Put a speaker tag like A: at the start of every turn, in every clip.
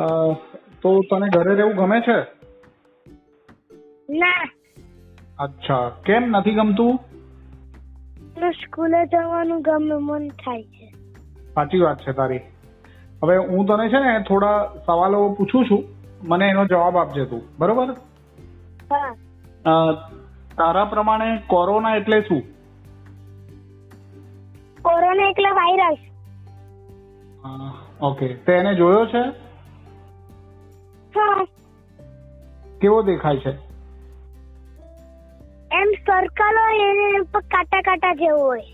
A: અ, તો તને ઘરે રહેવું ગમે છે
B: ના
A: અચ્છા કેમ નથી ગમતું
B: મને સ્કૂલે જવાનું ગમે મન થાય છે
A: સાચી વાત છે તારી હવે હું તને છે ને થોડા સવાલો પૂછું છું મને એનો જવાબ આપજે તું બરોબર
B: હા
A: અ, તારા પ્રમાણે કોરોના એટલે શું
B: કોરોના એટલે વાયરસ
A: અ, ઓકે તે એને જોયો છે
B: હા
A: કેવો દેખાય છે
B: એમ સર્કલ હોય એને ઉપર કાંટા કાંટા જેવું હોય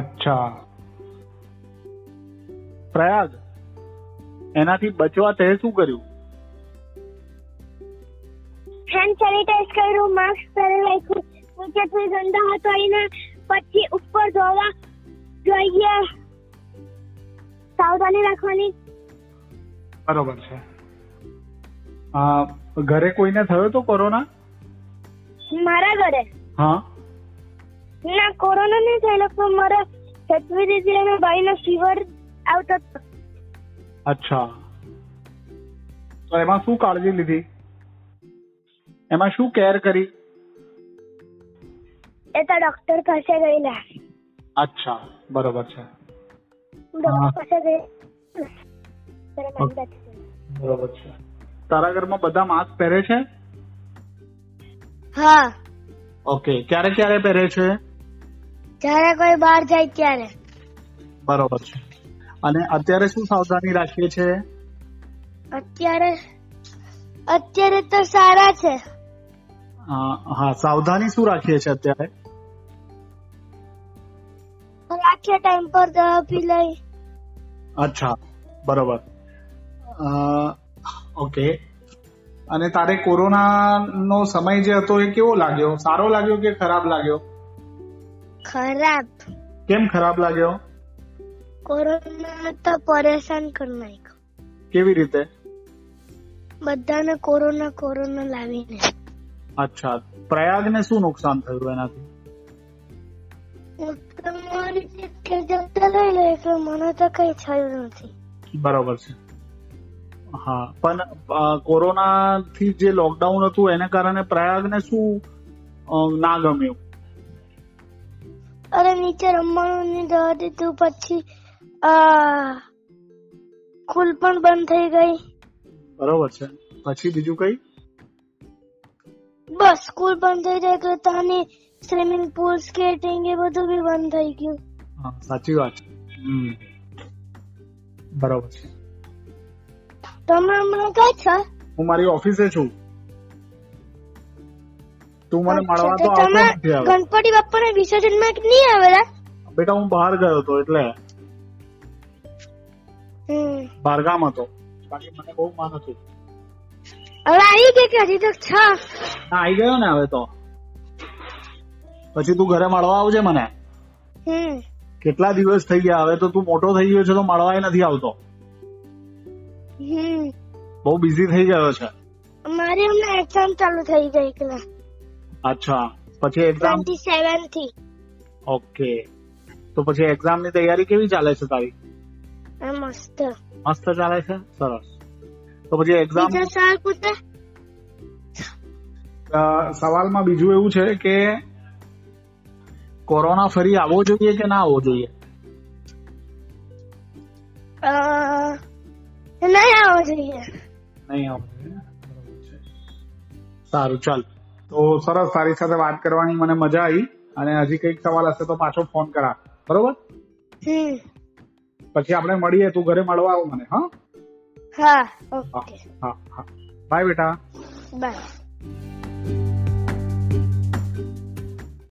A: અચ્છા પ્રયાગ એનાથી બચવા તે શું કર્યું
B: હેન્ડ સેનિટાઈઝ કર્યું માસ્ક પહેરી રાખ્યું નીચેથી ગંદા હતો એને પછી ઉપર ધોવા જોઈએ સાવધાની રાખવાની
A: બરોબર છે અ, ઘરે કોઈને થયો તો કોરોના
B: મારા ઘરે
A: હા
B: ના કોરોના નહીં થયેલો પણ મારા સત્વી દીદી અને ભાઈનો ફીવર આવતો હતો
A: અચ્છા તો એમાં શું કાળજી લીધી એમાં શું કેર કરી
B: એ તો ડોક્ટર પાસે ગયેલા
A: અચ્છા બરોબર છે હા.
B: ડોક્ટર પાસે ગયેલા
A: બરોબર છે તારા ઘરમાં બધા માસ્ક પહેરે છે
B: હા
A: ઓકે ક્યારે ક્યારે પહેરે છે
B: જ્યારે કોઈ બહાર જાય ત્યારે
A: બરોબર છે અને અત્યારે શું સાવધાની રાખીએ છે
B: અત્યારે અત્યારે તો સારા
A: અ,
B: છે
A: હા સાવધાની શું રાખીએ છે અત્યારે
B: રાખીએ ટાઈમ પર દવા પી લઈ
A: અચ્છા બરોબર અ, ઓકે અને તારે કોરોનાનો સમય જે હતો એ કેવો લાગ્યો સારો લાગ્યો કે ખરાબ લાગ્યો
B: ખરાબ
A: કેમ ખરાબ લાગ્યો
B: કોરોના તો પરેશાન કરી નાખ્યો
A: કેવી રીતે
B: બધાને કોરોના કોરોના લાવીને
A: અચ્છા પ્રયાગને શું નુકસાન થયું એનાથી
B: હું તો મારી રીતે જતા રહી લઈ એટલે મને તો કઈ થયું નથી
A: બરોબર છે હા પણ અ, કોરોનાથી જે લોકડાઉન હતું એને કારણે પ્રયાગને શું અ, ના ગમ્યું
B: અરે નીચે રમવાનું ની દવા દીધું પછી અ સ્કૂલ પણ બંધ થઈ ગઈ
A: બરોબર છે પછી બીજું કઈ
B: બસ સ્કૂલ બંધ થઈ જાય એટલે ત્યાંની સ્વિમિંગ પુલ સ્કેટિંગ એ બધું બી બંધ થઈ ગયું
A: હા, સાચી વાત છે હમ. બરોબર છે
B: તમે હમણાં કઈ છો
A: હું મારી ઓફિસે છું તું
B: আচ্ছা,
A: મને મળવા તો
B: તો
A: આવતો
B: તમે
A: નથી હવે
B: ગણપતિ બાપાને વિસર્જનમાં નહીં આવેલા
A: બેટા હું બહાર ગયો હતો એટલે
B: હમ
A: બહારગામ હતો બાકી મને બહુ માન હતું
B: હવે આવી ગઈ કે હજી તો છ
A: ના આવી ગયો ને હવે તો પછી તું ઘરે મળવા આવજે મને
B: હમ
A: કેટલા દિવસ થઈ ગયા હવે તો તું મોટો થઈ ગયો છે તો મળવાય નથી આવતો
B: હમ
A: બહુ બિઝી થઈ ગયો છે
B: મારી હમણાં એક્ઝામ ચાલુ થઈ ગઈ એટલે
A: અચ્છા પછી એક્ઝામ
B: ટ્વેન્ટી સેવન થી
A: ઓકે તો પછી એક્ઝામ ની તૈયારી કેવી ચાલે છે તારી
B: આ મસ્ત
A: મસ્ત ચાલે છે સરસ તો પછી એક્ઝામ
B: બીજા સવાલ પૂછતા
A: અ, સવાલમાં બીજું એવું છે કે કોરોના ફરી આવવો જોઈએ કે ના આવવો જોઈએ
B: અ Uh, નહીં આવવો જોઈએ
A: નહીં આવવો જોઈએ સારું ચાલ તો સરસ તારી સાથે વાત કરવાની મને મજા આવી અને હજી કંઈક સવાલ હશે તો પાછો ફોન કરા બરોબર
B: હમ
A: પછી આપણે મળીએ તું ઘરે મળવા આવ મને હા
B: હા ઓકે
A: હા હા બાય બેટા
B: બાય